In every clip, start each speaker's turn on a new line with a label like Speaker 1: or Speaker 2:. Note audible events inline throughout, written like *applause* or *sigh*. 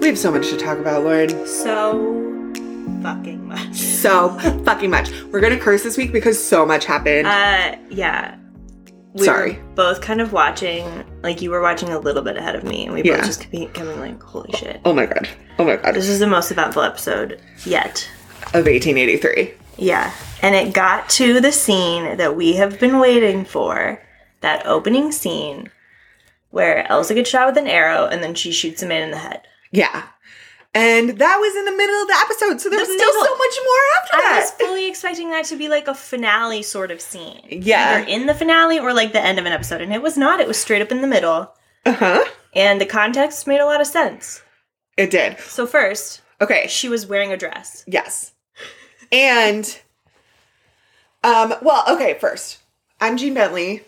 Speaker 1: We have so much to talk about, Lauren.
Speaker 2: So fucking
Speaker 1: *laughs*
Speaker 2: much.
Speaker 1: So fucking much. We're gonna curse this week because so much happened.
Speaker 2: Uh, yeah. We
Speaker 1: Sorry.
Speaker 2: were both kind of watching, like you were watching a little bit ahead of me, and we
Speaker 1: Yeah.
Speaker 2: both just kept coming like, "Holy shit!"
Speaker 1: oh my god. Oh my god.
Speaker 2: This is the most eventful episode yet.
Speaker 1: Of 1883.
Speaker 2: Yeah, and it got to the scene that we have been waiting for. That opening scene where Elsa gets shot with an arrow, and then she shoots a man in the head.
Speaker 1: Yeah. And that was in the middle of the episode, so there
Speaker 2: The
Speaker 1: was still
Speaker 2: middle.
Speaker 1: so much more after
Speaker 2: I was
Speaker 1: that.
Speaker 2: fully expecting that to be like a finale sort of scene.
Speaker 1: Yeah.
Speaker 2: Either in the finale or like the end of an episode. And it was not. It was straight up in the middle.
Speaker 1: Uh huh.
Speaker 2: And the context made a lot of sense.
Speaker 1: It did.
Speaker 2: So, first,
Speaker 1: Okay.
Speaker 2: she was wearing a dress.
Speaker 1: Yes. And, um, well, okay, first, I'm Jean Bentley,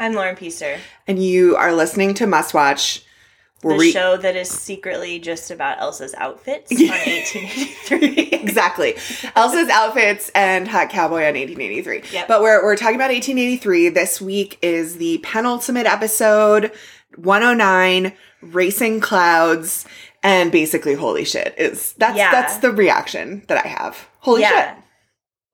Speaker 2: I'm Lauren Peaster,
Speaker 1: and you are listening to Must Watch.
Speaker 2: the
Speaker 1: where we-
Speaker 2: show that is secretly just about Elsa's
Speaker 1: *laughs*
Speaker 2: outfits on 1883.
Speaker 1: Exactly. Elsa's outfits and Hot Cowboy on 1883.
Speaker 2: Yep.
Speaker 1: But we're, we're talking about 1883. This week is the penultimate episode 109 Racing Clouds and basically holy shit is that's
Speaker 2: Yeah.
Speaker 1: that's the reaction that I have. Holy
Speaker 2: yeah.
Speaker 1: shit.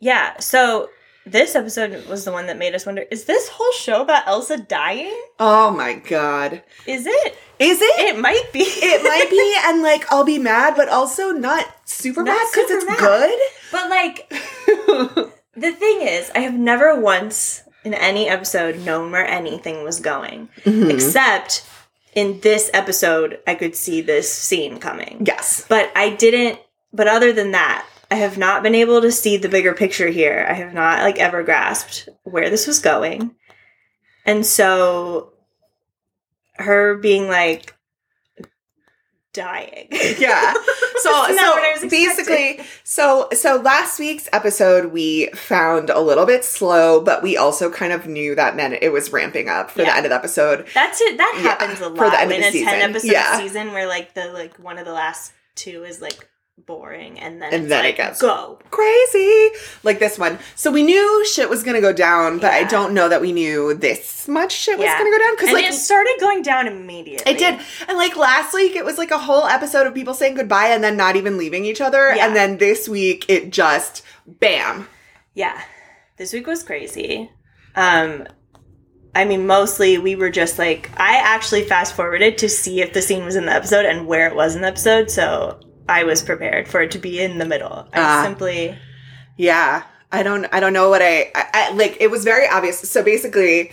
Speaker 2: Yeah. So, this episode was the one that made us wonder is this whole show about Elsa dying?
Speaker 1: Oh my god.
Speaker 2: Is it?
Speaker 1: Is it?
Speaker 2: It *laughs* might be.
Speaker 1: It might be, and like I'll be mad, but also not super
Speaker 2: Not
Speaker 1: mad because
Speaker 2: super
Speaker 1: it's
Speaker 2: mad.
Speaker 1: good.
Speaker 2: But like, the thing is, I have never once in any episode known where anything was going,
Speaker 1: Mm-hmm.
Speaker 2: except in this episode, I could see this scene coming.
Speaker 1: Yes.
Speaker 2: But I didn't. But other than that, I have not been able to see the bigger picture here. I have not like ever grasped where this was going, and so her being like dying.
Speaker 1: *laughs* Yeah. So,
Speaker 2: That's not what I was
Speaker 1: so
Speaker 2: expecting.
Speaker 1: basically, so so last week's episode we found a little bit slow, but we also kind of knew that meant it was ramping up for the
Speaker 2: Yeah.
Speaker 1: end of the episode.
Speaker 2: That's it. That
Speaker 1: Yeah,
Speaker 2: happens a
Speaker 1: for
Speaker 2: lot
Speaker 1: the end of
Speaker 2: in
Speaker 1: the
Speaker 2: a ten
Speaker 1: season.
Speaker 2: episode
Speaker 1: Yeah.
Speaker 2: season where like the like one of the last two is like boring and then
Speaker 1: And
Speaker 2: it's
Speaker 1: then it
Speaker 2: like,
Speaker 1: gets-
Speaker 2: go.
Speaker 1: Crazy, like this one. So we knew shit was gonna go down, but I
Speaker 2: Yeah.
Speaker 1: don't know that we knew this much shit was
Speaker 2: Yeah.
Speaker 1: gonna go down because
Speaker 2: And
Speaker 1: like
Speaker 2: it started going down immediately.
Speaker 1: It did. And like last week, it was like a whole episode of people saying goodbye and then not even leaving each other.
Speaker 2: Yeah.
Speaker 1: And then this week, it just bam.
Speaker 2: Yeah. This week was crazy. Um I mean mostly we were just like I actually fast forwarded to see if the scene was in the episode and where it was in the episode, so I was prepared for it to be in the middle. I
Speaker 1: Ah.
Speaker 2: simply
Speaker 1: Yeah. I don't, I don't know what I, I, I, like, it was very obvious. So basically,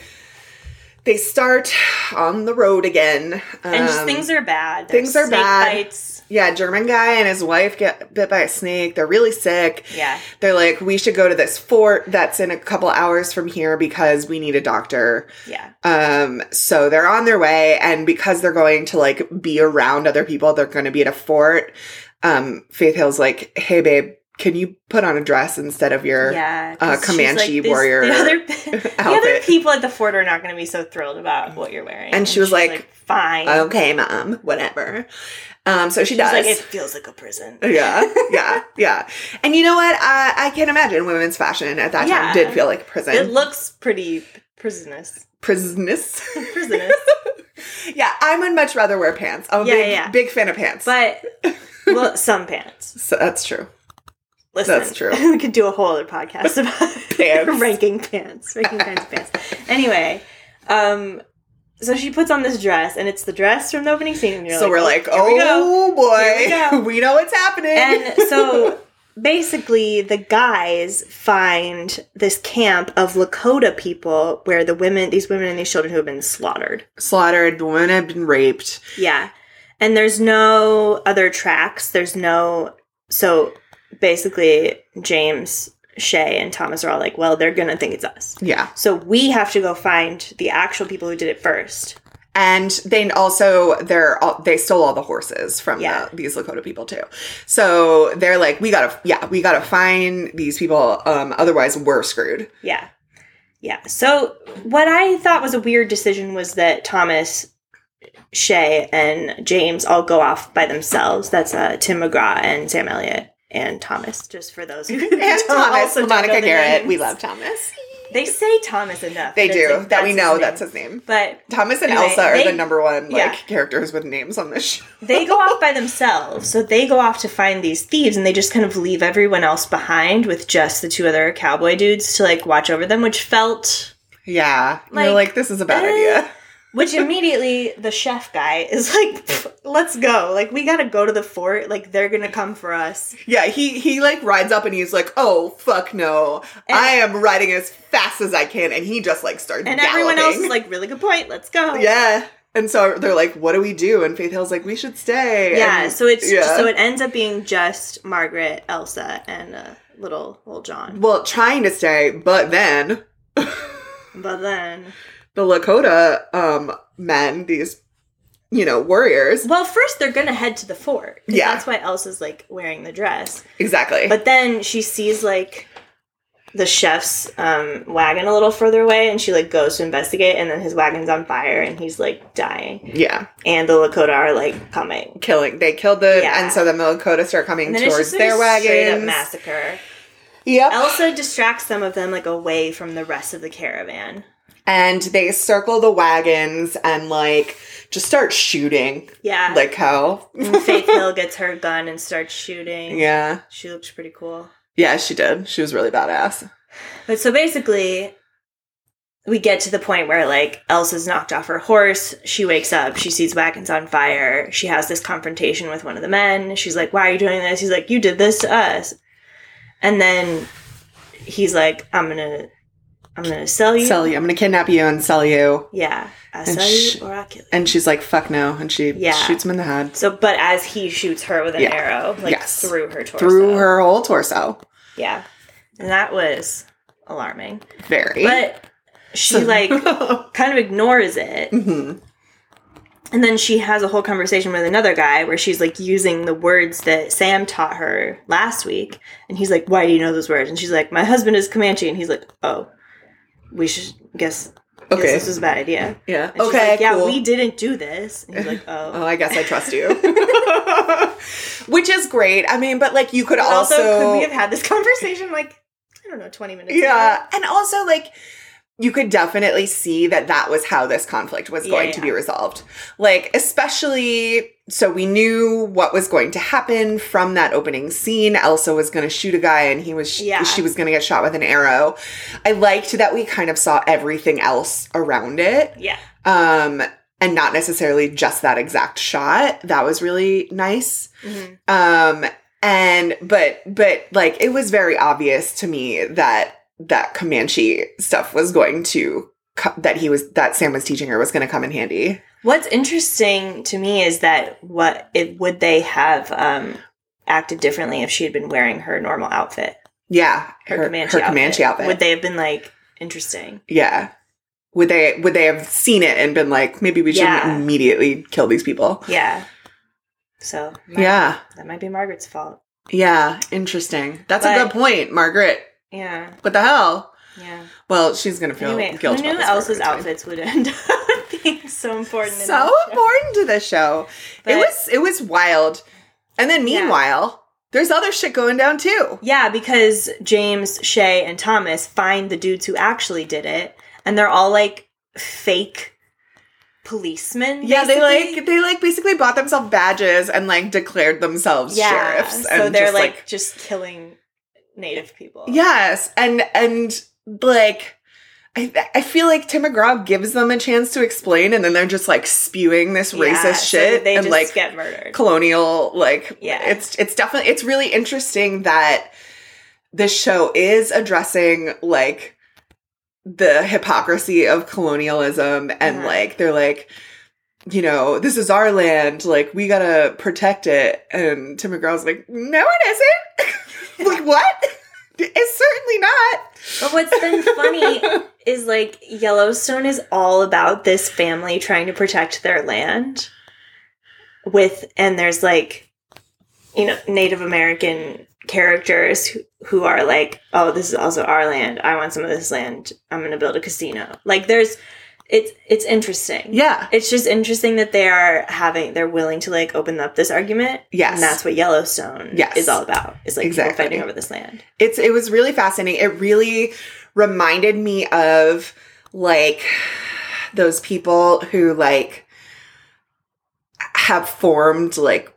Speaker 1: they start on the road again.
Speaker 2: and just
Speaker 1: Um,
Speaker 2: things are bad.
Speaker 1: things are
Speaker 2: snake
Speaker 1: bad.
Speaker 2: Bites.
Speaker 1: Yeah, German guy and his wife get bit by a snake. They're really sick.
Speaker 2: Yeah.
Speaker 1: They're like, we should go to this fort that's in a couple hours from here because we need a doctor.
Speaker 2: Yeah.
Speaker 1: Um, so they're on their way, and because they're going to like be around other people, they're going to be at a fort. Um, Faith Hill's like, "Hey, babe, can you put on a dress instead of your?"
Speaker 2: yeah,
Speaker 1: uh,
Speaker 2: 'cause she's
Speaker 1: Comanche
Speaker 2: "These-
Speaker 1: warrior
Speaker 2: The other, *laughs* the
Speaker 1: *laughs*
Speaker 2: other
Speaker 1: outfit.
Speaker 2: people at the fort are not going to be so thrilled about what you're wearing.
Speaker 1: And she was
Speaker 2: she's
Speaker 1: like,
Speaker 2: "Fine."
Speaker 1: Okay, mom, whatever. Um, so she
Speaker 2: She's
Speaker 1: does.
Speaker 2: like, "It feels like a prison."
Speaker 1: yeah, yeah,
Speaker 2: *laughs*
Speaker 1: yeah. And you know what? I, I can imagine women's fashion at that time
Speaker 2: Yeah.
Speaker 1: did feel like prison.
Speaker 2: It looks pretty prisonous. *laughs*
Speaker 1: prisonous. *laughs*
Speaker 2: Prisonous.
Speaker 1: yeah, I would much rather wear pants. I'm a
Speaker 2: Yeah,
Speaker 1: big,
Speaker 2: yeah.
Speaker 1: big fan of pants.
Speaker 2: but well, some pants.
Speaker 1: so that's true.
Speaker 2: Listen,
Speaker 1: That's true.
Speaker 2: *laughs* We could do a whole other podcast
Speaker 1: *laughs*
Speaker 2: about
Speaker 1: Pants.
Speaker 2: *laughs* ranking pants, ranking kinds of pants. Anyway, um, so she puts on this dress, and it's the dress from the opening scene. And you're
Speaker 1: so
Speaker 2: like, "Oh,
Speaker 1: we're like,
Speaker 2: "Here we go."
Speaker 1: oh
Speaker 2: Here we
Speaker 1: boy, *laughs*
Speaker 2: go.
Speaker 1: we, know what's happening. *laughs*
Speaker 2: And so basically, the guys find this camp of Lakota people where the women, these women and these children who have been slaughtered.
Speaker 1: slaughtered, the women have been raped.
Speaker 2: Yeah. And there's no other tracks. There's no. So basically, James, Shay, and Thomas are all like, well, they're going to think it's us.
Speaker 1: Yeah.
Speaker 2: So we have to go find the actual people who did it first.
Speaker 1: And they also they're all, they stole all the horses from
Speaker 2: Yeah.
Speaker 1: the, these Lakota people too. So they're like, we gotta yeah, we gotta find these people. Um, otherwise we're
Speaker 2: *laughs*
Speaker 1: screwed.
Speaker 2: Yeah. Yeah. So what I thought was a weird decision was that Thomas, Shay, and James all go off by themselves. That's uh, Tim McGraw and Sam Elliott and Thomas, just for those
Speaker 1: *laughs*
Speaker 2: who
Speaker 1: And Thomas,
Speaker 2: also *laughs* don't know
Speaker 1: Monica
Speaker 2: their
Speaker 1: Garrett,
Speaker 2: names. *laughs*
Speaker 1: we love Thomas.
Speaker 2: They say Thomas enough.
Speaker 1: They
Speaker 2: That's,
Speaker 1: do.
Speaker 2: like,
Speaker 1: that we
Speaker 2: his
Speaker 1: know
Speaker 2: name.
Speaker 1: that's his name.
Speaker 2: But
Speaker 1: Thomas and
Speaker 2: Anyway,
Speaker 1: Elsa are
Speaker 2: they-
Speaker 1: the number one like
Speaker 2: yeah.
Speaker 1: characters with names on this show. *laughs*
Speaker 2: they go off by themselves. So they go off to find these thieves and they just kind of leave everyone else behind with just the two other cowboy dudes to like watch over them, which felt
Speaker 1: Yeah.
Speaker 2: Like,
Speaker 1: You're like, this is a bad
Speaker 2: eh.
Speaker 1: idea.
Speaker 2: which immediately the chef guy is like, "Pff, let's go. Like we gotta go to the fort. Like they're gonna come for us.
Speaker 1: Yeah, he he like rides up and he's like, "Oh fuck no,
Speaker 2: And-
Speaker 1: I am riding as fast as I can," and he just like starts.
Speaker 2: And everyone else
Speaker 1: galloping.
Speaker 2: is like, really good point, let's go.
Speaker 1: "Yeah." And so they're like, "What do we do?" And Faith Hill's like, "We should stay."
Speaker 2: Yeah,
Speaker 1: And-
Speaker 2: so it's
Speaker 1: yeah.
Speaker 2: so it ends up being just Margaret, Elsa, and uh, little little John.
Speaker 1: well trying to stay, but then
Speaker 2: But then,
Speaker 1: the Lakota um men, these you know warriors,
Speaker 2: well, first they're gonna head to the fort. 'cause
Speaker 1: Yeah. Eh.
Speaker 2: that's why Elsa's like wearing the dress.
Speaker 1: exactly.
Speaker 2: But then she sees like the chef's um, wagon a little further away, and she like goes to investigate, and then his wagon's on fire, and he's like dying,
Speaker 1: yeah,
Speaker 2: and the Lakota are like coming.
Speaker 1: killing. They killed them,
Speaker 2: Yeah.
Speaker 1: and so then the Lakota start coming
Speaker 2: And then
Speaker 1: towards
Speaker 2: it's just like,
Speaker 1: their
Speaker 2: a straight up
Speaker 1: wagons.
Speaker 2: massacre.
Speaker 1: Yep.
Speaker 2: Elsa distracts some of them like away from the rest of the caravan.
Speaker 1: and they circle the wagons and like just start shooting
Speaker 2: Yeah,
Speaker 1: like hell.
Speaker 2: *laughs*
Speaker 1: *laughs*
Speaker 2: And Faith Hill gets her gun and starts shooting.
Speaker 1: Yeah.
Speaker 2: She looks pretty cool.
Speaker 1: Yeah, she did. She was really badass.
Speaker 2: But so basically, we get to the point where like Elsa's knocked off her horse. She wakes up. She sees wagons on fire. She has this confrontation with one of the men. She's like, "Why are you doing this?" He's like, "You did this to us." And then he's like, "I'm gonna, I'm gonna sell you."
Speaker 1: Sell you. I'm going to kidnap you and sell you.
Speaker 2: Yeah, I
Speaker 1: And
Speaker 2: sell
Speaker 1: sh-
Speaker 2: you or I kill you.
Speaker 1: And she's like, fuck no. And she
Speaker 2: Yeah.
Speaker 1: shoots him in the head
Speaker 2: So, but as he shoots her with an
Speaker 1: Yeah.
Speaker 2: arrow, like
Speaker 1: Yes.
Speaker 2: through her torso,
Speaker 1: through her whole torso.
Speaker 2: yeah, and that was alarming.
Speaker 1: Very. *laughs*
Speaker 2: But she like kind of ignores it.
Speaker 1: Mhm.
Speaker 2: And then she has a whole conversation with another guy where she's like using the words that Sam taught her last week. And he's like, Why do you know those words? And she's like, My husband is Comanche. And he's like, Oh, we should guess, guess
Speaker 1: Okay.
Speaker 2: this was a bad idea.
Speaker 1: Yeah.
Speaker 2: And she's
Speaker 1: Okay.
Speaker 2: like, yeah,
Speaker 1: cool.
Speaker 2: we didn't do this. And he's like,
Speaker 1: *laughs*
Speaker 2: Oh.
Speaker 1: Oh, I guess I trust
Speaker 2: *laughs*
Speaker 1: you. *laughs* Which is great. I mean, but like you could
Speaker 2: But also,
Speaker 1: also,
Speaker 2: could we have had this *laughs* conversation like, I don't know, 20 minutes ago?
Speaker 1: Yeah. And also, like, you could definitely see that that was how this conflict was
Speaker 2: Yeah,
Speaker 1: going to
Speaker 2: yeah.
Speaker 1: be resolved. Like, especially so we knew what was going to happen from that opening scene. Elsa was going to shoot a guy and he was,
Speaker 2: Yeah.
Speaker 1: she was going to get shot with an arrow. I liked that we kind of saw everything else around it.
Speaker 2: Yeah.
Speaker 1: Um, and not necessarily just that exact shot. That was really nice.
Speaker 2: Mhm.
Speaker 1: Um and but but like it was very obvious to me that that Comanche stuff was going to co- that he was that Sam was teaching her was going to come in handy.
Speaker 2: What's interesting to me is that what it would they have um, acted differently if she had been wearing her normal outfit,
Speaker 1: Yeah,
Speaker 2: her, Comanche,
Speaker 1: her
Speaker 2: outfit.
Speaker 1: Comanche outfit.
Speaker 2: Would they have been like interesting?
Speaker 1: yeah. Would they would they have seen it and been like maybe we shouldn't
Speaker 2: Yeah.
Speaker 1: immediately kill these people?
Speaker 2: Yeah. So Mar-
Speaker 1: Yeah.
Speaker 2: that might be Margaret's fault.
Speaker 1: Yeah, interesting. That's a
Speaker 2: But-
Speaker 1: good point, Margaret.
Speaker 2: Yeah,
Speaker 1: What the hell?
Speaker 2: yeah.
Speaker 1: Well, she's going to feel
Speaker 2: Anyway, who
Speaker 1: guilty.
Speaker 2: knew Elsa's outfits would end *laughs* up being so important? in
Speaker 1: so
Speaker 2: this show?
Speaker 1: important to this show.
Speaker 2: But-
Speaker 1: it was it was wild. And then
Speaker 2: Yeah.
Speaker 1: meanwhile, there's other shit going down too.
Speaker 2: Yeah, because James, Shay, and Thomas find the dudes who actually did it, and they're all like fake policemen.
Speaker 1: Yeah, they
Speaker 2: basically.
Speaker 1: like they like basically bought themselves badges and like declared themselves sheriffs.
Speaker 2: So
Speaker 1: and
Speaker 2: they're
Speaker 1: just,
Speaker 2: like, just killing native people.
Speaker 1: Yes. And and like I, I feel like Tim McGraw gives them a chance to explain, and then they're just like spewing this
Speaker 2: Yeah,
Speaker 1: racist
Speaker 2: so
Speaker 1: shit
Speaker 2: they
Speaker 1: and
Speaker 2: just
Speaker 1: like
Speaker 2: get murdered.
Speaker 1: colonial like
Speaker 2: Yeah.
Speaker 1: it's it's definitely it's really interesting that this show is addressing like the hypocrisy of colonialism and
Speaker 2: Uh-huh.
Speaker 1: like they're like you know this is our land like we gotta protect it and tim mcgraw's like no it isn't *laughs* like what it's certainly not
Speaker 2: But
Speaker 1: *laughs*
Speaker 2: what's been funny is like Yellowstone is all about this family trying to protect their land with and there's like you know Native American characters who, who are like oh this is also our land I want some of this land I'm going to build a casino. Like there's it's it's interesting.
Speaker 1: yeah
Speaker 2: It's just interesting that they are having they're willing to like open up this argument.
Speaker 1: Yes.
Speaker 2: And that's what Yellowstone
Speaker 1: Yes.
Speaker 2: is all about. Is like people
Speaker 1: Exactly.
Speaker 2: fighting over this land.
Speaker 1: it's it was really fascinating it really reminded me of like those people who like have formed like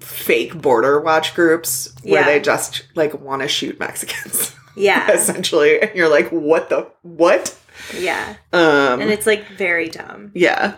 Speaker 1: fake border watch groups where
Speaker 2: Yeah.
Speaker 1: they just like want to shoot Mexicans *laughs*
Speaker 2: Yeah.
Speaker 1: essentially and you're like what the what
Speaker 2: yeah.
Speaker 1: um
Speaker 2: And it's like very dumb.
Speaker 1: yeah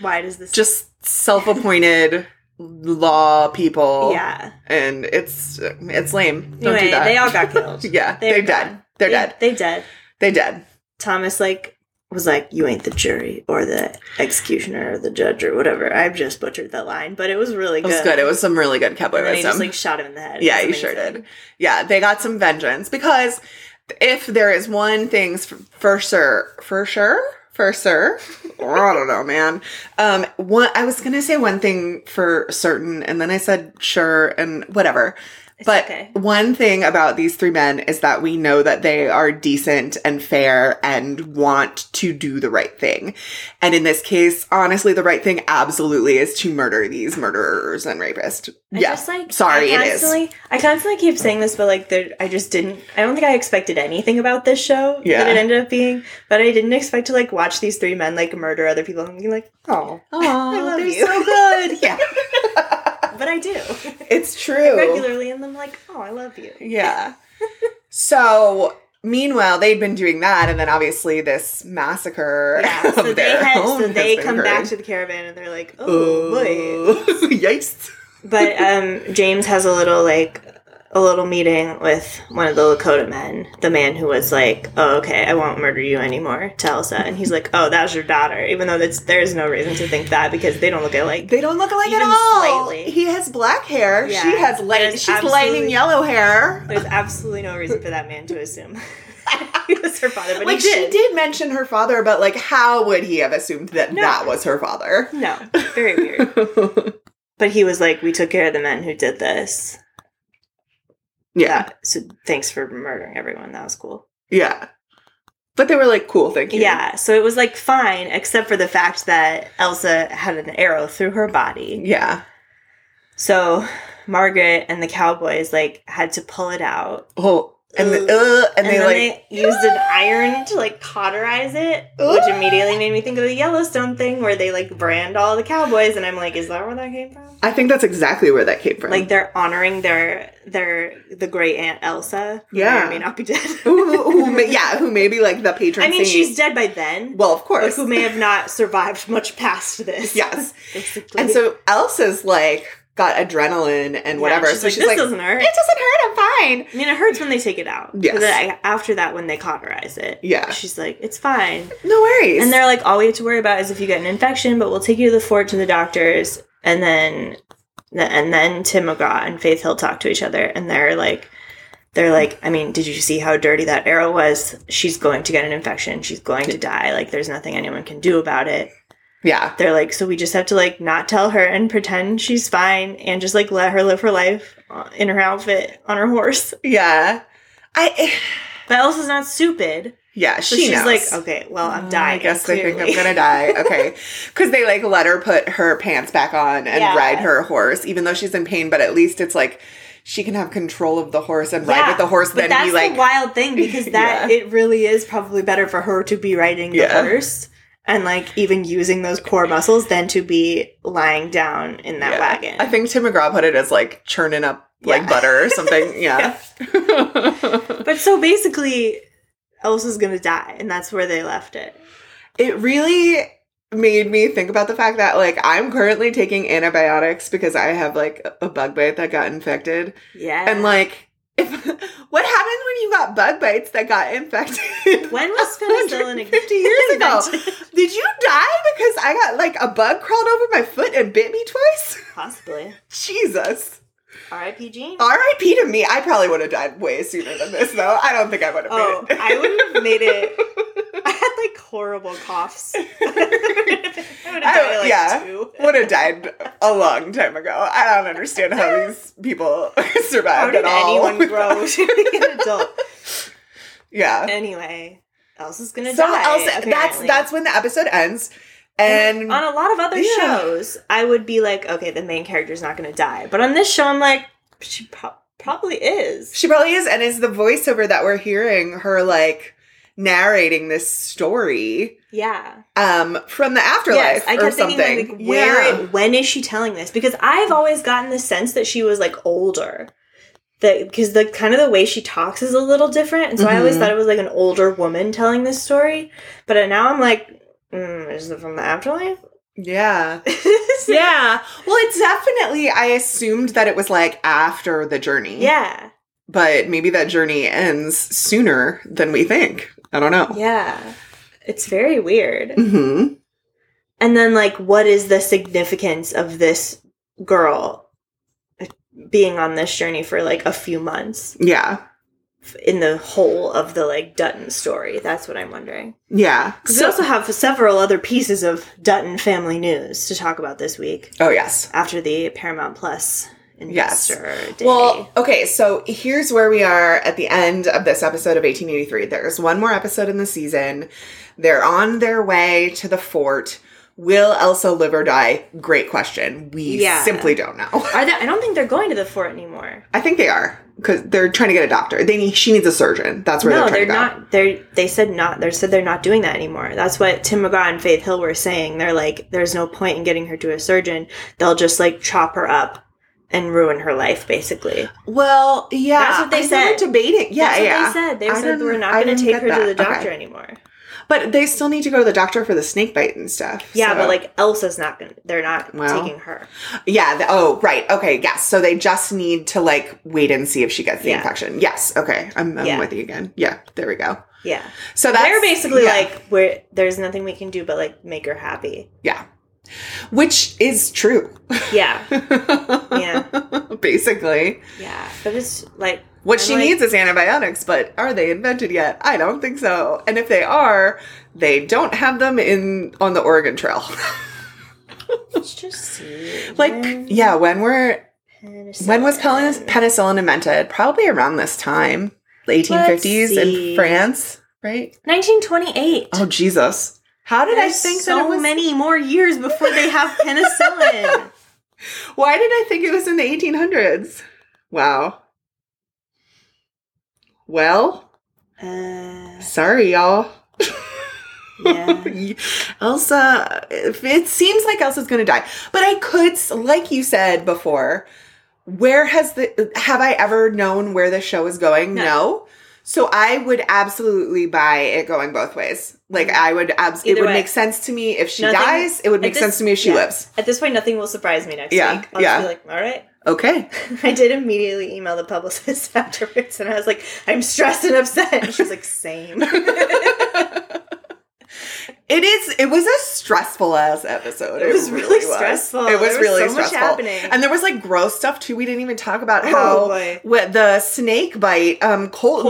Speaker 2: Why does this
Speaker 1: just self-appointed law people
Speaker 2: Yeah.
Speaker 1: and it's it's lame don't
Speaker 2: Anyway,
Speaker 1: do that
Speaker 2: they
Speaker 1: *laughs*
Speaker 2: all got killed.
Speaker 1: yeah they're, dead
Speaker 2: gone.
Speaker 1: they're
Speaker 2: They-
Speaker 1: dead
Speaker 2: They dead.
Speaker 1: they're dead
Speaker 2: Thomas like was like, "You ain't the jury or the executioner or the judge or whatever." I've just butchered that line, but it was really
Speaker 1: it
Speaker 2: good.
Speaker 1: was good it was some really good cowboy
Speaker 2: And then he
Speaker 1: wisdom
Speaker 2: just like shot him in the head. It
Speaker 1: Yeah,
Speaker 2: was
Speaker 1: you sure
Speaker 2: amazing.
Speaker 1: did. Yeah, they got some vengeance because if there is one thing s- for sure, for sure, for sure, *laughs* or I don't know, man. Um, one I was gonna say one thing for certain, and then I said sure and whatever.
Speaker 2: It's
Speaker 1: but
Speaker 2: okay.
Speaker 1: one thing about these three men is that we know that they are decent and fair and want to do the right thing. And in this case, honestly, the right thing absolutely is to murder these murderers and rapists.
Speaker 2: I
Speaker 1: yeah.
Speaker 2: just, *laughs* like,
Speaker 1: Sorry,
Speaker 2: I
Speaker 1: it is.
Speaker 2: constantly, I constantly keep saying this, but like, there, I just didn't. I don't think I expected anything about this show
Speaker 1: Yeah.
Speaker 2: that it ended up being. But I didn't expect to like watch these three men like murder other people and be like, oh,
Speaker 1: Oh,
Speaker 2: love
Speaker 1: they're
Speaker 2: you.
Speaker 1: so good.
Speaker 2: *laughs*
Speaker 1: yeah,
Speaker 2: but I do
Speaker 1: *laughs* it's true.
Speaker 2: regularly, and I'm like, oh, I love you. *laughs*
Speaker 1: Yeah. so, meanwhile, they'd been doing that, and then obviously this massacre. *laughs*
Speaker 2: Yeah, *laughs*
Speaker 1: of
Speaker 2: so they
Speaker 1: their
Speaker 2: had,
Speaker 1: own
Speaker 2: so
Speaker 1: has
Speaker 2: they
Speaker 1: been
Speaker 2: come back
Speaker 1: occurring.
Speaker 2: to the caravan and they're like, oh boy.
Speaker 1: Oh, *laughs* yikes!
Speaker 2: But um, James has a little like a little meeting with one of the Lakota men, the man who was like, "Oh, okay, I won't murder you anymore," to Elsa, and he's like, "Oh, that was your daughter," even though that's there's no reason to think that because they don't look alike.
Speaker 1: They don't look alike at
Speaker 2: Even
Speaker 1: all.
Speaker 2: slightly.
Speaker 1: He has black hair.
Speaker 2: Yeah.
Speaker 1: She has light.
Speaker 2: There's
Speaker 1: She's lightning
Speaker 2: absolutely-
Speaker 1: yellow hair.
Speaker 2: There's absolutely no reason for that man to assume *laughs* he was her father, but
Speaker 1: Like
Speaker 2: he
Speaker 1: she
Speaker 2: did.
Speaker 1: did mention her father, but like, how would he have assumed that
Speaker 2: No.
Speaker 1: that was her father?
Speaker 2: *laughs* No, very weird. *laughs* But he was like, "We took care of the men who did this."
Speaker 1: yeah,
Speaker 2: So thanks for murdering everyone. That was cool.
Speaker 1: yeah. But they were like, "Cool, thank you."
Speaker 2: Yeah, so it was like fine, except for the fact that Elsa had an arrow through her body.
Speaker 1: yeah.
Speaker 2: So Margaret and the cowboys like had to pull it out,
Speaker 1: Oh, and the,
Speaker 2: Ugh.
Speaker 1: uh, and,
Speaker 2: and,
Speaker 1: they
Speaker 2: then
Speaker 1: like
Speaker 2: they used an iron to like cauterize it, which
Speaker 1: Ugh.
Speaker 2: immediately made me think of the Yellowstone thing where they like brand all the cowboys, and I'm like, is that where that came from?
Speaker 1: I think that's exactly where that came from.
Speaker 2: Like they're honoring their their the great aunt Elsa, who may
Speaker 1: Yeah.
Speaker 2: or may not be dead.
Speaker 1: who, who, who may, yeah, who may be like the patron.
Speaker 2: *laughs* I mean,
Speaker 1: saint.
Speaker 2: she's dead by then,
Speaker 1: well, of
Speaker 2: but
Speaker 1: course,
Speaker 2: who may have not survived much past this. *laughs*
Speaker 1: yes.
Speaker 2: basically.
Speaker 1: And so Elsa's like got adrenaline and
Speaker 2: Yeah,
Speaker 1: whatever,
Speaker 2: she's
Speaker 1: so
Speaker 2: like,
Speaker 1: she's
Speaker 2: this
Speaker 1: like,
Speaker 2: doesn't hurt.
Speaker 1: it doesn't hurt. I'm fine.
Speaker 2: I mean, it hurts when they take it out.
Speaker 1: Yes.
Speaker 2: But then I- after that, when they cauterize it,
Speaker 1: Yeah.
Speaker 2: she's like, it's fine.
Speaker 1: No worries.
Speaker 2: And they're like, all we have to worry about is if you get an infection, but we'll take you to the fort to the doctors, and then, and then Tim McGraw and Faith Hill talk to each other, and they're like, they're like, I mean, did you see how dirty that arrow was? She's going to get an infection. She's going to die. Like, there's nothing anyone can do about it.
Speaker 1: yeah,
Speaker 2: They're like, so we just have to like not tell her and pretend she's fine, and just like let her live her life uh, in her outfit on her horse.
Speaker 1: yeah. I
Speaker 2: But Elsa's not stupid.
Speaker 1: yeah.
Speaker 2: So
Speaker 1: she
Speaker 2: she's
Speaker 1: knows.
Speaker 2: like, okay, well, I'm dying.
Speaker 1: Mm, I guess they think I'm
Speaker 2: clearly.
Speaker 1: gonna die.
Speaker 2: *laughs*
Speaker 1: Okay, because they like let her put her pants back on and
Speaker 2: Yeah.
Speaker 1: ride her horse, even though she's in pain. But at least it's like she can have control of the horse and ride
Speaker 2: *laughs* Yeah,
Speaker 1: with the horse.
Speaker 2: But
Speaker 1: Then
Speaker 2: that's
Speaker 1: be like,
Speaker 2: the
Speaker 1: *laughs*
Speaker 2: wild thing because that
Speaker 1: Yeah.
Speaker 2: it really is probably better for her to be riding the
Speaker 1: Yeah.
Speaker 2: horse and like even using those core muscles than to be lying down in that
Speaker 1: Yeah.
Speaker 2: wagon.
Speaker 1: I think Tim McGraw put it as like churning up like
Speaker 2: Yeah. *laughs*
Speaker 1: butter or something. Yeah.
Speaker 2: but so basically, Elsa's gonna die, and that's where they left it.
Speaker 1: it really made me think about the fact that like I'm currently taking antibiotics because I have like a- a bug bite that got infected.
Speaker 2: Yeah.
Speaker 1: And like if *laughs* what happened when you got bug bites that got infected? *laughs*
Speaker 2: when was *laughs* penicillin
Speaker 1: 50 years ago.
Speaker 2: *laughs* invented?
Speaker 1: Did you die because I got like a bug crawled over my foot and bit me twice? *laughs*
Speaker 2: Possibly.
Speaker 1: Jesus.
Speaker 2: R.I.P. Gene.
Speaker 1: R.I.P. to me. I probably would have died way sooner than this, though. I don't think I would have.
Speaker 2: Oh,
Speaker 1: made it.
Speaker 2: I
Speaker 1: *laughs*
Speaker 2: would have made it. I had like horrible coughs. *laughs* I *laughs* would have
Speaker 1: I-
Speaker 2: died at, like
Speaker 1: yeah.
Speaker 2: two.
Speaker 1: would have died a long time ago. I don't understand how these people *laughs*
Speaker 2: How
Speaker 1: survived at
Speaker 2: did
Speaker 1: all. *laughs*
Speaker 2: anyone grow to be an adult?
Speaker 1: Yeah.
Speaker 2: Anyway, Elsa's gonna
Speaker 1: So
Speaker 2: die.
Speaker 1: else, that's
Speaker 2: apparently.
Speaker 1: that's when the episode ends, and
Speaker 2: on a lot of other
Speaker 1: Yeah.
Speaker 2: shows, I would be like, okay, the main character's not gonna die, but on this show, I'm like, she pro- Probably is.
Speaker 1: She probably is, and it's the voiceover that we're hearing her like narrating this story
Speaker 2: Yeah.
Speaker 1: um from the afterlife
Speaker 2: yes, I
Speaker 1: or
Speaker 2: kept
Speaker 1: something.
Speaker 2: thinking like, where,
Speaker 1: yeah.
Speaker 2: when is she telling this? Because I've always gotten the sense that she was like older. That because the kind of the way she talks is a little different, and so I always
Speaker 1: Mhm.
Speaker 2: thought it was like an older woman telling this story. But now I'm like, mm, is it from the afterlife? *laughs*
Speaker 1: yeah. Mm-hmm. Yeah. Well, it's definitely I assumed that it was like after the journey.
Speaker 2: yeah,
Speaker 1: But maybe that journey ends sooner than we think. I don't know.
Speaker 2: yeah. It's very weird.
Speaker 1: Mhm.
Speaker 2: and then like what is the significance of this girl uh, being on this journey for like a few months
Speaker 1: Yeah.
Speaker 2: in the whole of the like Dutton story? That's what I'm wondering.
Speaker 1: Yeah.
Speaker 2: 'Cause we also have several other pieces of Dutton family news to talk about this week
Speaker 1: Oh, yes.
Speaker 2: after the Paramount Plus
Speaker 1: Yes.
Speaker 2: investor day.
Speaker 1: Well, okay, so here's where we are at the end of this episode of 1883. There's one more episode in the season. They're on their way to the fort. Will Elsa live or die? Great question. We
Speaker 2: Yeah.
Speaker 1: simply don't know. *laughs*
Speaker 2: are they, I don't think they're going to the fort anymore.
Speaker 1: I think they are because they're trying to get a doctor. They need, she needs a surgeon. That's where
Speaker 2: no,
Speaker 1: they're trying
Speaker 2: they're
Speaker 1: to go.
Speaker 2: not. They they said not. They said they're not doing that anymore. That's what Tim McGraw and Faith Hill were saying. They're like, there's no point in getting her to a surgeon. They'll just like chop her up and ruin her life, basically.
Speaker 1: Well, yeah,
Speaker 2: That's what they
Speaker 1: I
Speaker 2: said.
Speaker 1: They're debating. Yeah,
Speaker 2: That's
Speaker 1: yeah.
Speaker 2: what they said. They
Speaker 1: I
Speaker 2: said
Speaker 1: didn't-
Speaker 2: we're not
Speaker 1: I
Speaker 2: going to
Speaker 1: didn't
Speaker 2: take
Speaker 1: get
Speaker 2: her to
Speaker 1: that.
Speaker 2: the doctor
Speaker 1: Okay.
Speaker 2: anymore.
Speaker 1: But they still need to go to the doctor for the snake bite and stuff.
Speaker 2: Yeah,
Speaker 1: so-
Speaker 2: but like Elsa's not going. to They're not
Speaker 1: Well.
Speaker 2: taking her.
Speaker 1: yeah. The, oh, right. Okay. Yes. So they just need to like wait and see if she gets the
Speaker 2: Yeah.
Speaker 1: infection. Yes. Okay. I'm, I'm
Speaker 2: Yeah.
Speaker 1: with you again. Yeah. There we go.
Speaker 2: Yeah,
Speaker 1: So that's
Speaker 2: they're basically
Speaker 1: yeah,
Speaker 2: like, we're there's nothing we can do but like make her happy.
Speaker 1: yeah, which is true. *laughs*
Speaker 2: Yeah, yeah,
Speaker 1: basically,
Speaker 2: yeah. But it's like
Speaker 1: what
Speaker 2: I'm
Speaker 1: she
Speaker 2: like-
Speaker 1: needs is antibiotics. But are they invented yet? I don't think so. And if they are, they don't have them in on the Oregon Trail. *laughs*
Speaker 2: let's just see.
Speaker 1: like yeah, when we're When was penicillin,
Speaker 2: penicillin?
Speaker 1: penicillin invented? Probably around this time, the 1850s in
Speaker 2: see.
Speaker 1: France, right?
Speaker 2: 1928.
Speaker 1: Oh Jesus! How did
Speaker 2: There's
Speaker 1: I think
Speaker 2: so
Speaker 1: that it was?
Speaker 2: *laughs* many more years before they have penicillin. *laughs*
Speaker 1: Why did I think it was in the 1800s? Wow. Well,
Speaker 2: uh,
Speaker 1: sorry, y'all. *laughs*
Speaker 2: yeah.
Speaker 1: Elsa, if- it seems like Elsa's gonna die, but I could, s- like you said before, where has the have I ever known where the show is going? No.
Speaker 2: No.
Speaker 1: So I would absolutely buy it going both ways. Like I would, abs- it
Speaker 2: Mm-hmm. Either
Speaker 1: would
Speaker 2: way.
Speaker 1: make sense to me if she
Speaker 2: Nothing-
Speaker 1: dies. It would
Speaker 2: at
Speaker 1: make
Speaker 2: this-
Speaker 1: sense to me if she
Speaker 2: yeah.
Speaker 1: lives.
Speaker 2: At this point, nothing will surprise me next
Speaker 1: Yeah,
Speaker 2: week. I'll
Speaker 1: yeah.
Speaker 2: just be like, all right.
Speaker 1: Okay.
Speaker 2: *laughs* I did immediately email the publicist *laughs* afterwards, and I was like, I'm stressed and upset. And she's like, *laughs* same.
Speaker 1: It is. It was a stressful ass episode.
Speaker 2: It was really stressful.
Speaker 1: It was,
Speaker 2: There was
Speaker 1: really
Speaker 2: so much
Speaker 1: stressful.
Speaker 2: happening.
Speaker 1: And there was like gross stuff too. We didn't even talk about
Speaker 2: Oh,
Speaker 1: how
Speaker 2: boy.
Speaker 1: what the snake bite. Um, Colton.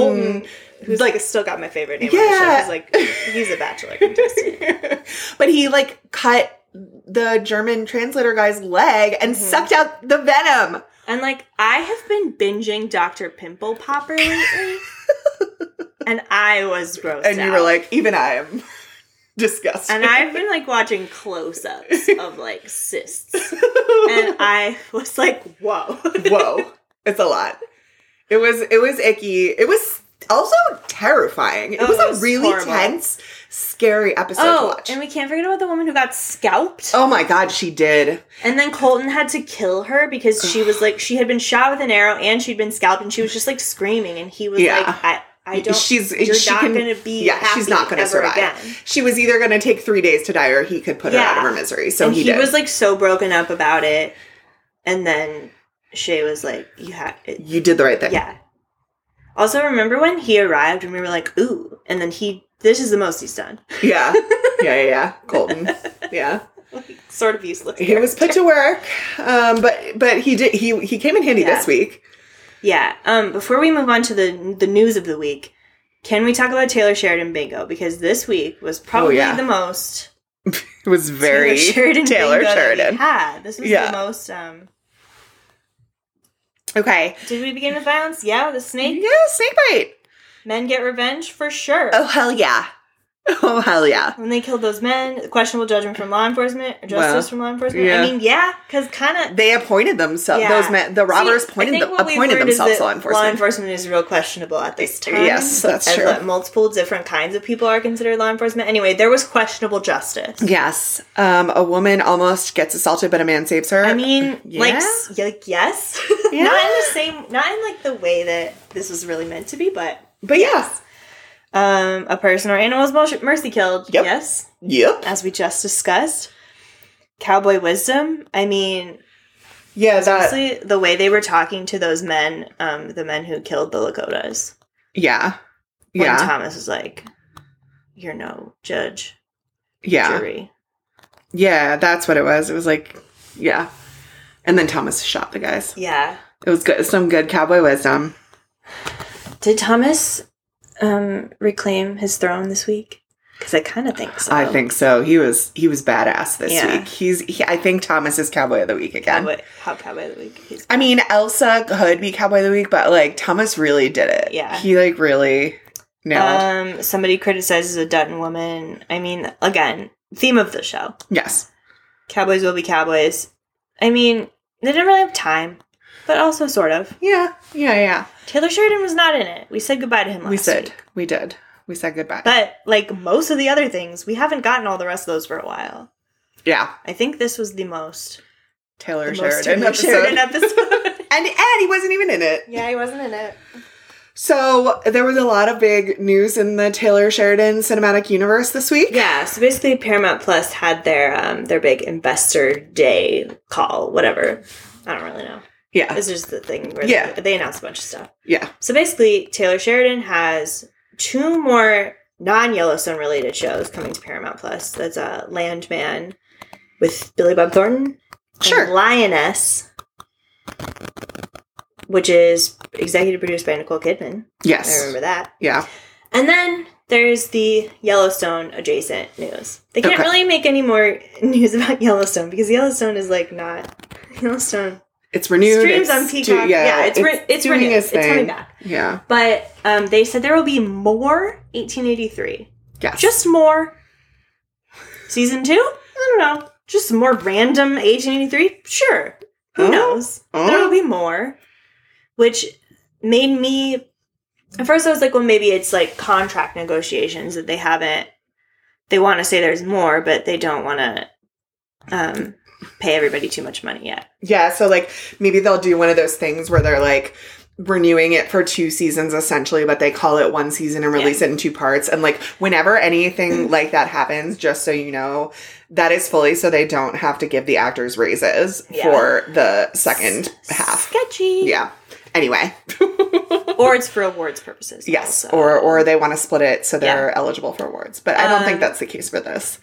Speaker 2: Colton, who's
Speaker 1: Like-
Speaker 2: like, still got my favorite name
Speaker 1: Yeah.
Speaker 2: on the show. 'cause, like, he's a bachelor contestant.
Speaker 1: *laughs* but he like cut the German translator guy's leg and sucked out the venom.
Speaker 2: *laughs* And like I have been binging Dr. Pimple Popper *laughs* lately. and I was grossed
Speaker 1: And you were
Speaker 2: out.
Speaker 1: like, even I am *laughs* disgusted.
Speaker 2: and I've been like watching *laughs* close-ups of like *laughs* cysts. And I was like, whoa.
Speaker 1: *laughs* whoa, it's a lot. It was. It was icky. It was. Also terrifying. It
Speaker 2: Oh,
Speaker 1: was
Speaker 2: it
Speaker 1: a
Speaker 2: was
Speaker 1: really
Speaker 2: horrible.
Speaker 1: tense, scary episode to
Speaker 2: oh,
Speaker 1: watch.
Speaker 2: and we can't forget about the woman who got scalped.
Speaker 1: Oh my god, she did.
Speaker 2: And then Colton had to kill her because she was like she had been shot with an arrow and she'd been scalped and she was just like screaming and he was
Speaker 1: Yeah.
Speaker 2: like, I, I don't
Speaker 1: She's-
Speaker 2: you're
Speaker 1: she
Speaker 2: not
Speaker 1: can-
Speaker 2: gonna be
Speaker 1: yeah, she's
Speaker 2: happy
Speaker 1: not gonna
Speaker 2: ever
Speaker 1: survive.
Speaker 2: again.
Speaker 1: She was either going to take three days to die or he could put her out of
Speaker 2: Yeah.
Speaker 1: her misery. So
Speaker 2: and
Speaker 1: he,
Speaker 2: he,
Speaker 1: did.
Speaker 2: was like so broken up about it and then shay was like you have
Speaker 1: you did the right thing.
Speaker 2: yeah also remember when he arrived and we were like ooh and then he this is the most he's done
Speaker 1: *laughs*
Speaker 2: *laughs*
Speaker 1: Yeah. Yeah. Yeah. yeah. Colton. Yeah.
Speaker 2: sort of useless
Speaker 1: He was put to work. Um, but, but he did, he, he came in handy
Speaker 2: Yeah.
Speaker 1: this week.
Speaker 2: yeah um before we move on to the the news of the week can we talk about taylor sheridan bingo because this week was probably
Speaker 1: Oh, yeah.
Speaker 2: the most
Speaker 1: It was *laughs* very
Speaker 2: taylor sheridan
Speaker 1: Taylor
Speaker 2: bingo that we
Speaker 1: Sheridan.
Speaker 2: had this was
Speaker 1: Yeah.
Speaker 2: the most um
Speaker 1: Okay.
Speaker 2: did we begin with violence yeah the snake
Speaker 1: Yeah. Oh. Snake bite.
Speaker 2: men get revenge for sure
Speaker 1: Oh, hell yeah. *laughs* Oh hell yeah.
Speaker 2: When they killed those men, questionable judgment from law enforcement, or justice
Speaker 1: Well,
Speaker 2: from law enforcement.
Speaker 1: yeah.
Speaker 2: I mean, yeah, because kind of
Speaker 1: They appointed themselves.
Speaker 2: Yeah.
Speaker 1: Uh, Those men, the robbers
Speaker 2: See, I
Speaker 1: appointed
Speaker 2: think
Speaker 1: them,
Speaker 2: what we've
Speaker 1: appointed
Speaker 2: learned is
Speaker 1: themselves
Speaker 2: that
Speaker 1: law enforcement.
Speaker 2: Law enforcement is real questionable at this time.
Speaker 1: Yes, that's
Speaker 2: as
Speaker 1: true.
Speaker 2: that multiple different kinds of people are considered law enforcement. Anyway, there was questionable justice.
Speaker 1: yes, um, a woman almost gets assaulted, but a man saves her. *laughs*
Speaker 2: I mean,
Speaker 1: Yeah.
Speaker 2: like, s- yeah, like yes, *laughs*
Speaker 1: Yeah.
Speaker 2: not in the same, not in like the way that this was really meant to be, but
Speaker 1: but yes,
Speaker 2: um, a person or animal is mul- mercy killed.
Speaker 1: Yep.
Speaker 2: Yes,
Speaker 1: yep,
Speaker 2: as we just discussed. Cowboy wisdom. I mean,
Speaker 1: yeah, that,
Speaker 2: honestly, the way they were talking to those men, um, the men who killed the Lakotas.
Speaker 1: yeah,
Speaker 2: when
Speaker 1: yeah,
Speaker 2: Thomas is like, "You're no judge,
Speaker 1: yeah,
Speaker 2: jury."
Speaker 1: yeah. That's what it was. It was like, yeah, and then Thomas shot the guys.
Speaker 2: Yeah.
Speaker 1: It was good. Some good cowboy wisdom.
Speaker 2: Did Thomas um, reclaim his throne this week? Because I kind of think so.
Speaker 1: I think so. He was he was badass this
Speaker 2: Oh. Yeah.
Speaker 1: week. He's he, I think Thomas is cowboy of the week again.
Speaker 2: Cowboy, how cowboy of the week. He's,
Speaker 1: I mean, Elsa could be Cowboy of the Week, but like Thomas really did it.
Speaker 2: Yeah.
Speaker 1: he like really nailed.
Speaker 2: um, somebody criticizes a Dutton woman. I mean, again, theme of the show:
Speaker 1: yes,
Speaker 2: cowboys will be cowboys. I mean, they didn't really have time, but also sort of.
Speaker 1: yeah, yeah, yeah.
Speaker 2: Taylor Sheridan was not in it. We said goodbye to him last
Speaker 1: we said
Speaker 2: week.
Speaker 1: we did. We said goodbye.
Speaker 2: But like most of the other things, we haven't gotten all the rest of those for a while.
Speaker 1: yeah,
Speaker 2: I think this was the most
Speaker 1: Taylor
Speaker 2: the most
Speaker 1: Sheridan
Speaker 2: Taylor
Speaker 1: episode. *laughs*
Speaker 2: Sheridan episode.
Speaker 1: and and he wasn't even in it.
Speaker 2: yeah, he wasn't in it.
Speaker 1: So there was a lot of big news in the Taylor Sheridan cinematic universe this week.
Speaker 2: Yeah, so basically Paramount Plus had their um their big investor day call, whatever. I don't really know.
Speaker 1: yeah,
Speaker 2: It's just the thing where
Speaker 1: Yeah.
Speaker 2: they, they announced a bunch of stuff.
Speaker 1: yeah.
Speaker 2: So basically, Taylor Sheridan has two more non Yellowstone related shows coming to Paramount Plus. That's uh, Landman with Billy Bob Thornton. and
Speaker 1: Sure.
Speaker 2: Lioness, which is executive produced by Nicole Kidman. I
Speaker 1: yes,
Speaker 2: remember that.
Speaker 1: yeah.
Speaker 2: And then there's the Yellowstone adjacent news. They can't
Speaker 1: Okay.
Speaker 2: really make any more *laughs* news about Yellowstone because Yellowstone is like not *laughs* Yellowstone
Speaker 1: It's renewed.
Speaker 2: streams
Speaker 1: it's
Speaker 2: on
Speaker 1: do-
Speaker 2: Peacock. yeah, it's re- it's,
Speaker 1: doing
Speaker 2: renewed.
Speaker 1: its
Speaker 2: It's coming
Speaker 1: thing.
Speaker 2: back.
Speaker 1: Yeah,
Speaker 2: But um, they said there will be more 1883.
Speaker 1: yes.
Speaker 2: Just more. Season two? I don't know. Just some more random 1883? Sure. Who
Speaker 1: Oh.
Speaker 2: knows?
Speaker 1: Oh.
Speaker 2: There will be more. Which made me. At first, I was like, well, maybe it's like contract negotiations that they haven't. They want to say there's more, but they don't want to um, pay everybody too much money yet.
Speaker 1: Yeah, so like maybe they'll do one of those things where they're like renewing it for two seasons essentially, but they call it one season and release it in two parts. And like whenever
Speaker 2: Mm.
Speaker 1: anything like that happens, just so you know, that is fully so they don't have to give the actors raises
Speaker 2: Yeah.
Speaker 1: for the second half.
Speaker 2: Sketchy.
Speaker 1: Yeah. Anyway,
Speaker 2: Or it's for awards purposes.
Speaker 1: yes,
Speaker 2: also.
Speaker 1: or or they want to split it so they're
Speaker 2: Yeah.
Speaker 1: eligible for awards, but I don't think
Speaker 2: Um,
Speaker 1: that's the case for this.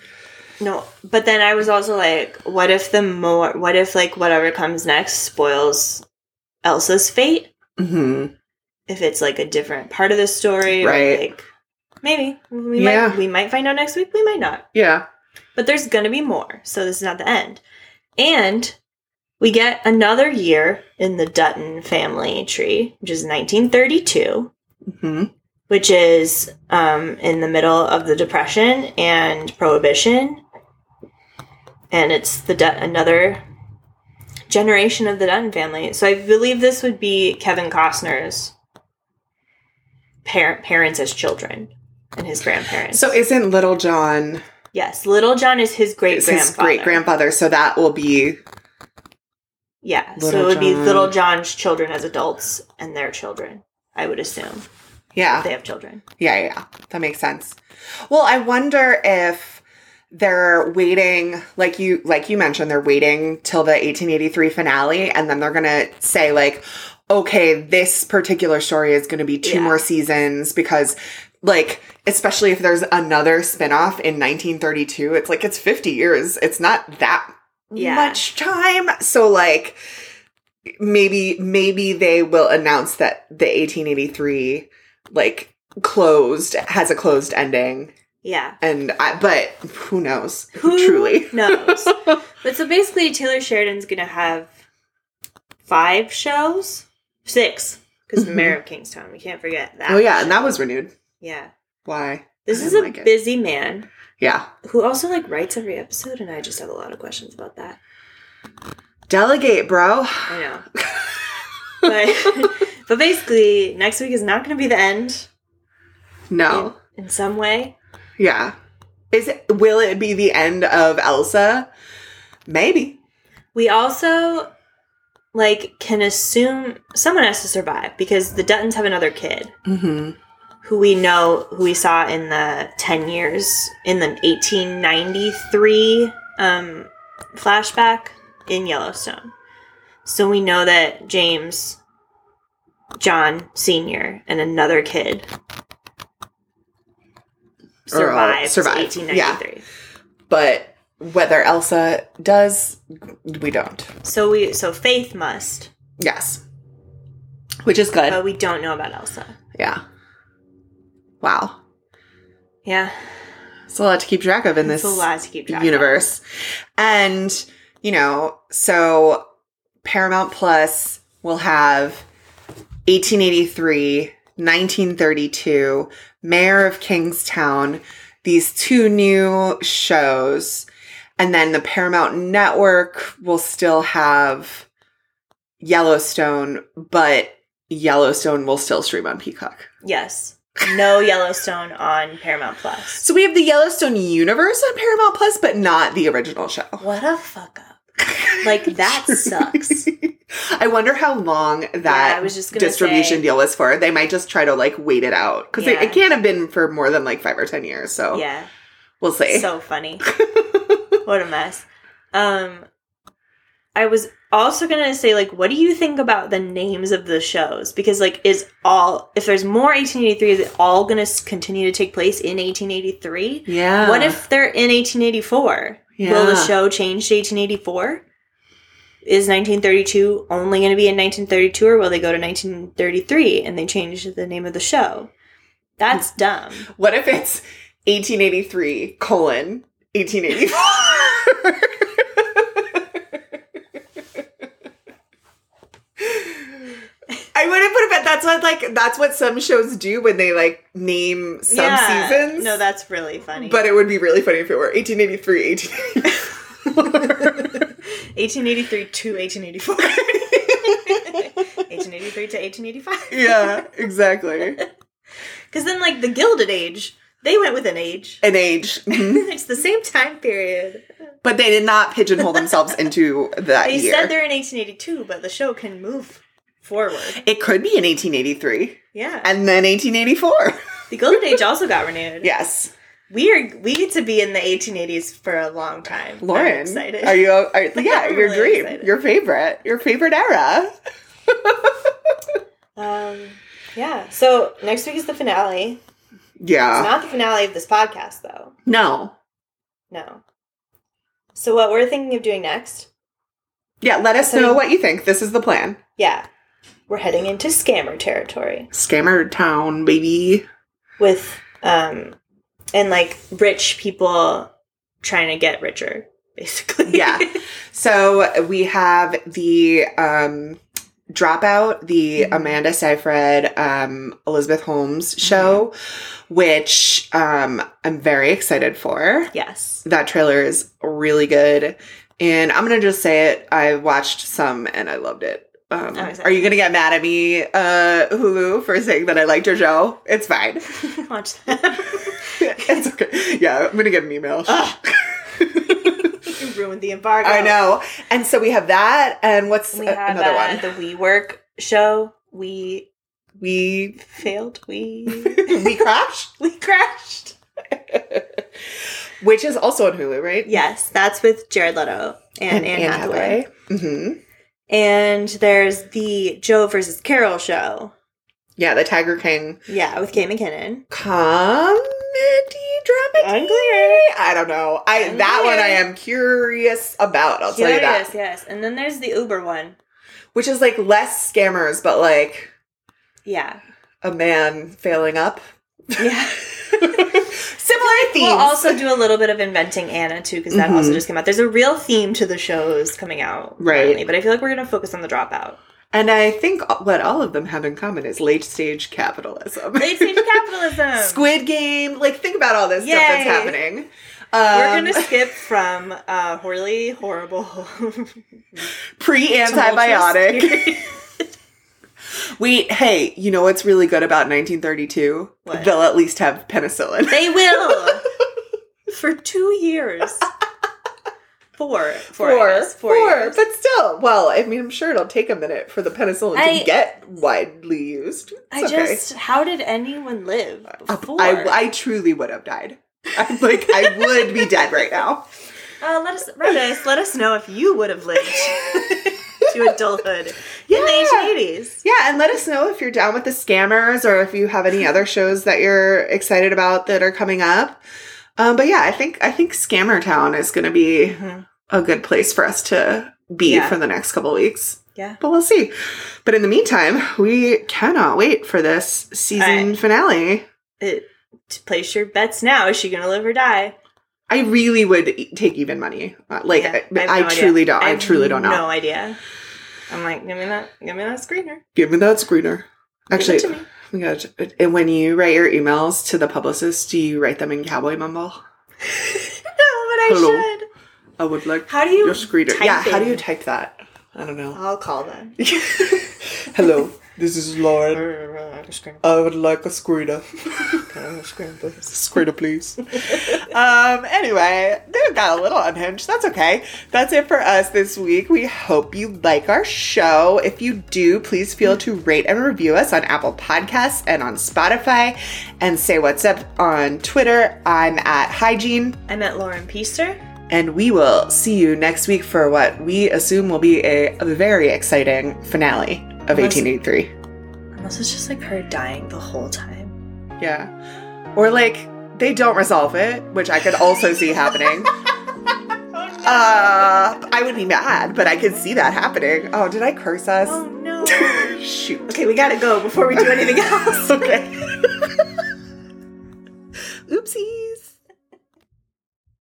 Speaker 2: No, but then I was also like, what if the more, what if like whatever comes next spoils Elsa's fate?
Speaker 1: hmm
Speaker 2: If it's like a different part of the story, or,
Speaker 1: Right.
Speaker 2: like maybe we
Speaker 1: Yeah.
Speaker 2: might we might find out next week. We might not,
Speaker 1: Yeah,
Speaker 2: but there's gonna be more. So this is not the end, and we get another year in the Dutton family tree, which is 1932,
Speaker 1: hmm
Speaker 2: which is um, in the middle of the Depression and Prohibition, and it's the Dut- another generation of the Dutton family. So I believe this would be Kevin Costner's par- parents as children and his grandparents.
Speaker 1: So isn't Little John
Speaker 2: yes, Little John is his great
Speaker 1: it's his
Speaker 2: grandfather.
Speaker 1: great grandfather? So that will be
Speaker 2: Yeah, so
Speaker 1: Little
Speaker 2: it would be
Speaker 1: John.
Speaker 2: Little John's children as adults and their children. I would assume
Speaker 1: yeah.
Speaker 2: they have children.
Speaker 1: Yeah, yeah, yeah. That makes sense. Well, I wonder if they're waiting like you like you mentioned they're waiting till the 1883 finale and then they're going to say like okay, this particular story is going to be two
Speaker 2: Yeah.
Speaker 1: more seasons because like especially if there's another spin-off in 1932, it's like it's 50 years. It's not that
Speaker 2: Yeah.
Speaker 1: much time. So like maybe maybe they will announce that the 1883 like closed has a closed ending
Speaker 2: Yeah.
Speaker 1: and I, but who knows
Speaker 2: Who
Speaker 1: truly
Speaker 2: *laughs* knows? but so basically, Taylor Sheridan's gonna have five shows, six, because the Mayor of Kingstown. We can't forget that.
Speaker 1: Mm-hmm. oh yeah and
Speaker 2: show.
Speaker 1: that was renewed
Speaker 2: yeah.
Speaker 1: why
Speaker 2: This
Speaker 1: I
Speaker 2: is a
Speaker 1: didn't like it.
Speaker 2: busy man
Speaker 1: Yeah.
Speaker 2: who also like writes every episode, and I just have a lot of questions about that.
Speaker 1: Delegate, bro.
Speaker 2: I
Speaker 1: *laughs*
Speaker 2: know. but *laughs* but basically, next week is not going to be the end
Speaker 1: No.
Speaker 2: in, in some way.
Speaker 1: Yeah. Is it, will it be the end of Elsa? Maybe.
Speaker 2: We also like can assume someone has to survive because the Duttons have another kid
Speaker 1: Mm-hmm.
Speaker 2: who we know who we saw in the 10 years in the 1893 um flashback in Yellowstone. So we know that James John senior and another kid
Speaker 1: Or all-
Speaker 2: survived,
Speaker 1: survived,
Speaker 2: 1893.
Speaker 1: But whether Elsa does, we don't.
Speaker 2: So we so Faith must,
Speaker 1: Yes. Which is good.
Speaker 2: but we don't know about Elsa.
Speaker 1: Yeah. Wow.
Speaker 2: Yeah.
Speaker 1: It's a lot to keep track of in
Speaker 2: It's
Speaker 1: this
Speaker 2: a lot to keep track of.
Speaker 1: universe. And, you know, so Paramount Plus will have 1883, 1932, Mayor of Kingstown, these two new shows. And then the Paramount Network will still have Yellowstone, but Yellowstone will still stream on Peacock.
Speaker 2: Yes. No Yellowstone on Paramount Plus.
Speaker 1: So we have the Yellowstone universe on Paramount Plus, but not the original show.
Speaker 2: What a fuck up. Like that
Speaker 1: *laughs*
Speaker 2: sucks.
Speaker 1: I wonder how long that
Speaker 2: Yeah, I was just gonna
Speaker 1: distribution
Speaker 2: say-
Speaker 1: deal was for. They might just try to like wait it out because it,
Speaker 2: Yeah.
Speaker 1: it can't have been for more than like five or ten years. So
Speaker 2: Yeah.
Speaker 1: we'll see.
Speaker 2: So funny. What a mess. Um I was also going to say like what do you think about the names of the shows because like is all if there's more 1883 is it all going to continue to take place in 1883?
Speaker 1: yeah.
Speaker 2: What if they're in 1884? Will the
Speaker 1: Uh. Yeah.
Speaker 2: show change to 1884? Is 1932 only going to be in 1932 or will they go to 1933 and they change the name of the show? That's dumb.
Speaker 1: What if it's 1883 colon *laughs* 1884? I wouldn't put it but that's what like that's what some shows do when they like name some
Speaker 2: Yeah.
Speaker 1: seasons.
Speaker 2: No, that's really funny.
Speaker 1: but it would be really funny if it were 1883, 1884.
Speaker 2: 1883 to 1884. 1883 to 1885.
Speaker 1: *laughs* yeah, exactly.
Speaker 2: Because then, like, the Gilded Age, they went with an age.
Speaker 1: An age. Mhm.
Speaker 2: it's the same time period.
Speaker 1: But they did not pigeonhole themselves into that
Speaker 2: They
Speaker 1: year.
Speaker 2: said they're in 1882, but the show can move forward.
Speaker 1: it could be in 1883
Speaker 2: Yeah.
Speaker 1: and then 1884.
Speaker 2: The Golden Age also got renewed.
Speaker 1: Yes,
Speaker 2: we are we get to be in the 1880s for a long time. I'm
Speaker 1: Lauren.
Speaker 2: excited.
Speaker 1: Are you? Are, yeah,
Speaker 2: *laughs* I'm
Speaker 1: your
Speaker 2: really
Speaker 1: dream,
Speaker 2: excited.
Speaker 1: your favorite, your favorite era.
Speaker 2: Um, yeah. So next week is the finale. It's
Speaker 1: Yeah.
Speaker 2: not the finale of this podcast, though.
Speaker 1: No.
Speaker 2: No. So what we're thinking of doing next?
Speaker 1: Yeah. Let us
Speaker 2: So-
Speaker 1: know what you think. This is the plan.
Speaker 2: Yeah, we're heading into scammer territory
Speaker 1: Scammer town, baby.
Speaker 2: with um, and like rich people trying to get richer, basically.
Speaker 1: Yeah. So we have the um, dropout, the
Speaker 2: Mhm.
Speaker 1: Amanda Seyfried, um, Elizabeth Holmes show,
Speaker 2: Mm-hmm.
Speaker 1: which um, I'm very excited for.
Speaker 2: *laughs* yes.
Speaker 1: That trailer is really good. And I'm going to just say it. I watched some and I loved it. Um,
Speaker 2: Oh, is it?
Speaker 1: are you going to get mad at me, uh, Hulu, for saying that I liked your show? It's
Speaker 2: *laughs*
Speaker 1: fine. *laughs*
Speaker 2: Watch that.
Speaker 1: it's okay. Yeah, I'm going to get an email.
Speaker 2: Ugh.
Speaker 1: *laughs*
Speaker 2: you ruined the embargo.
Speaker 1: I know. And so we have that. And what's
Speaker 2: Oh. We
Speaker 1: a-
Speaker 2: have
Speaker 1: another one?
Speaker 2: uh, the WeWork show. We
Speaker 1: We *laughs*
Speaker 2: failed. We
Speaker 1: we crash,
Speaker 2: we crashed.
Speaker 1: which is also on Hulu, right?
Speaker 2: Yes, that's with Jared Leto and, Anne Hathaway.
Speaker 1: hmm
Speaker 2: And there's the Joe versus Carol show.
Speaker 1: Yeah, the Tiger King
Speaker 2: Yeah, with Kay McKinnon.
Speaker 1: comedy drama.
Speaker 2: Unclear.
Speaker 1: I don't know. I that one I am curious about. I'll tell you
Speaker 2: Yes,
Speaker 1: that.
Speaker 2: yes. And then there's the Uber one.
Speaker 1: Which is like less scammers, but like *laughs*
Speaker 2: Yeah,
Speaker 1: a man failing up. *laughs*
Speaker 2: yeah.
Speaker 1: Similar themes.
Speaker 2: We'll also do a little bit of inventing Anna too, because that also
Speaker 1: Mhm.
Speaker 2: just came out. There's a real theme to the shows coming out,
Speaker 1: Right.
Speaker 2: currently, But I feel like we're gonna focus on the dropout.
Speaker 1: And I think what all of them have in common is late stage capitalism.
Speaker 2: Late stage
Speaker 1: *laughs*
Speaker 2: capitalism.
Speaker 1: Squid Game. Like, think about all this stuff
Speaker 2: Um, Yay.
Speaker 1: that's happening.
Speaker 2: We're
Speaker 1: Um, *laughs*
Speaker 2: gonna skip from uh, horribly horrible.
Speaker 1: pre antibiotic. *laughs* we, hey, you know what's really good about 1932?
Speaker 2: What?
Speaker 1: They'll at least have
Speaker 2: *laughs*
Speaker 1: penicillin.
Speaker 2: they will for two years. Four, four, I guess. four, years.
Speaker 1: but still, well, I mean, I'm sure it'll take a minute for the penicillin
Speaker 2: I-
Speaker 1: to get widely used.
Speaker 2: I
Speaker 1: It's okay. Uh,
Speaker 2: just, how did anyone live before?
Speaker 1: I, I truly would have died. *laughs* I'm like, I would be dead right
Speaker 2: *laughs*
Speaker 1: now.
Speaker 2: uh, let us write us. Let us know if you would
Speaker 1: *laughs*
Speaker 2: have lived to adulthood in the
Speaker 1: Yeah.
Speaker 2: eighteen eighties.
Speaker 1: Yeah, and let us know if you're down with the scammers or if you have any other shows that you're excited about that are coming up. Um, but yeah, I think I think Scammer Town is going to be
Speaker 2: Uh-huh.
Speaker 1: a good place for us to be
Speaker 2: Yeah.
Speaker 1: for the next couple weeks.
Speaker 2: Yeah.
Speaker 1: But we'll see. But in the meantime, we cannot wait for this season
Speaker 2: Alright.
Speaker 1: finale.
Speaker 2: It, to place your bets now. Is she gonna live or die?
Speaker 1: I really would e- take even money. Uh, Like
Speaker 2: Yeah,
Speaker 1: I,
Speaker 2: have
Speaker 1: I
Speaker 2: no idea.
Speaker 1: truly don't. I,
Speaker 2: have
Speaker 1: truly don't know.
Speaker 2: No idea. I'm like, give me that. Give me that screener.
Speaker 1: Give me that screener.
Speaker 2: Give it
Speaker 1: Actually,
Speaker 2: to me.
Speaker 1: Oh my gosh. And when you write your emails to the publicist, do you write them in cowboy mumble?
Speaker 2: no, but I
Speaker 1: Hello.
Speaker 2: should.
Speaker 1: I would like
Speaker 2: How do you
Speaker 1: your screener.
Speaker 2: type
Speaker 1: Yeah, how do
Speaker 2: in?
Speaker 1: you type Oh. that? I don't know.
Speaker 2: I'll call them.
Speaker 1: *laughs* Hello, this is Lauren. *laughs*
Speaker 2: Screen-
Speaker 1: I would like a screener. *laughs*
Speaker 2: screen, please.
Speaker 1: Screener, please. *laughs* um, anyway, that got a little unhinged. That's okay. That's it for us this week. We hope you like our show. If you do, please feel to rate and review us on Apple Podcasts and on Spotify. And say what's up on Twitter. I'm at Hygiene.
Speaker 2: I'm at Lauren Peaster.
Speaker 1: And we will see you next week for what we assume will be a, a very exciting finale of
Speaker 2: Unless-
Speaker 1: 1883.
Speaker 2: Unless it's just like her dying the whole time.
Speaker 1: Yeah. Or like they don't resolve it, which I could also see *laughs* happening. Oh, Uh, I would be mad, but I could see that happening. Oh, did I curse us?
Speaker 2: no.
Speaker 1: Shoot. *laughs*
Speaker 2: okay, we gotta go before we do anything else.
Speaker 1: Okay. *laughs*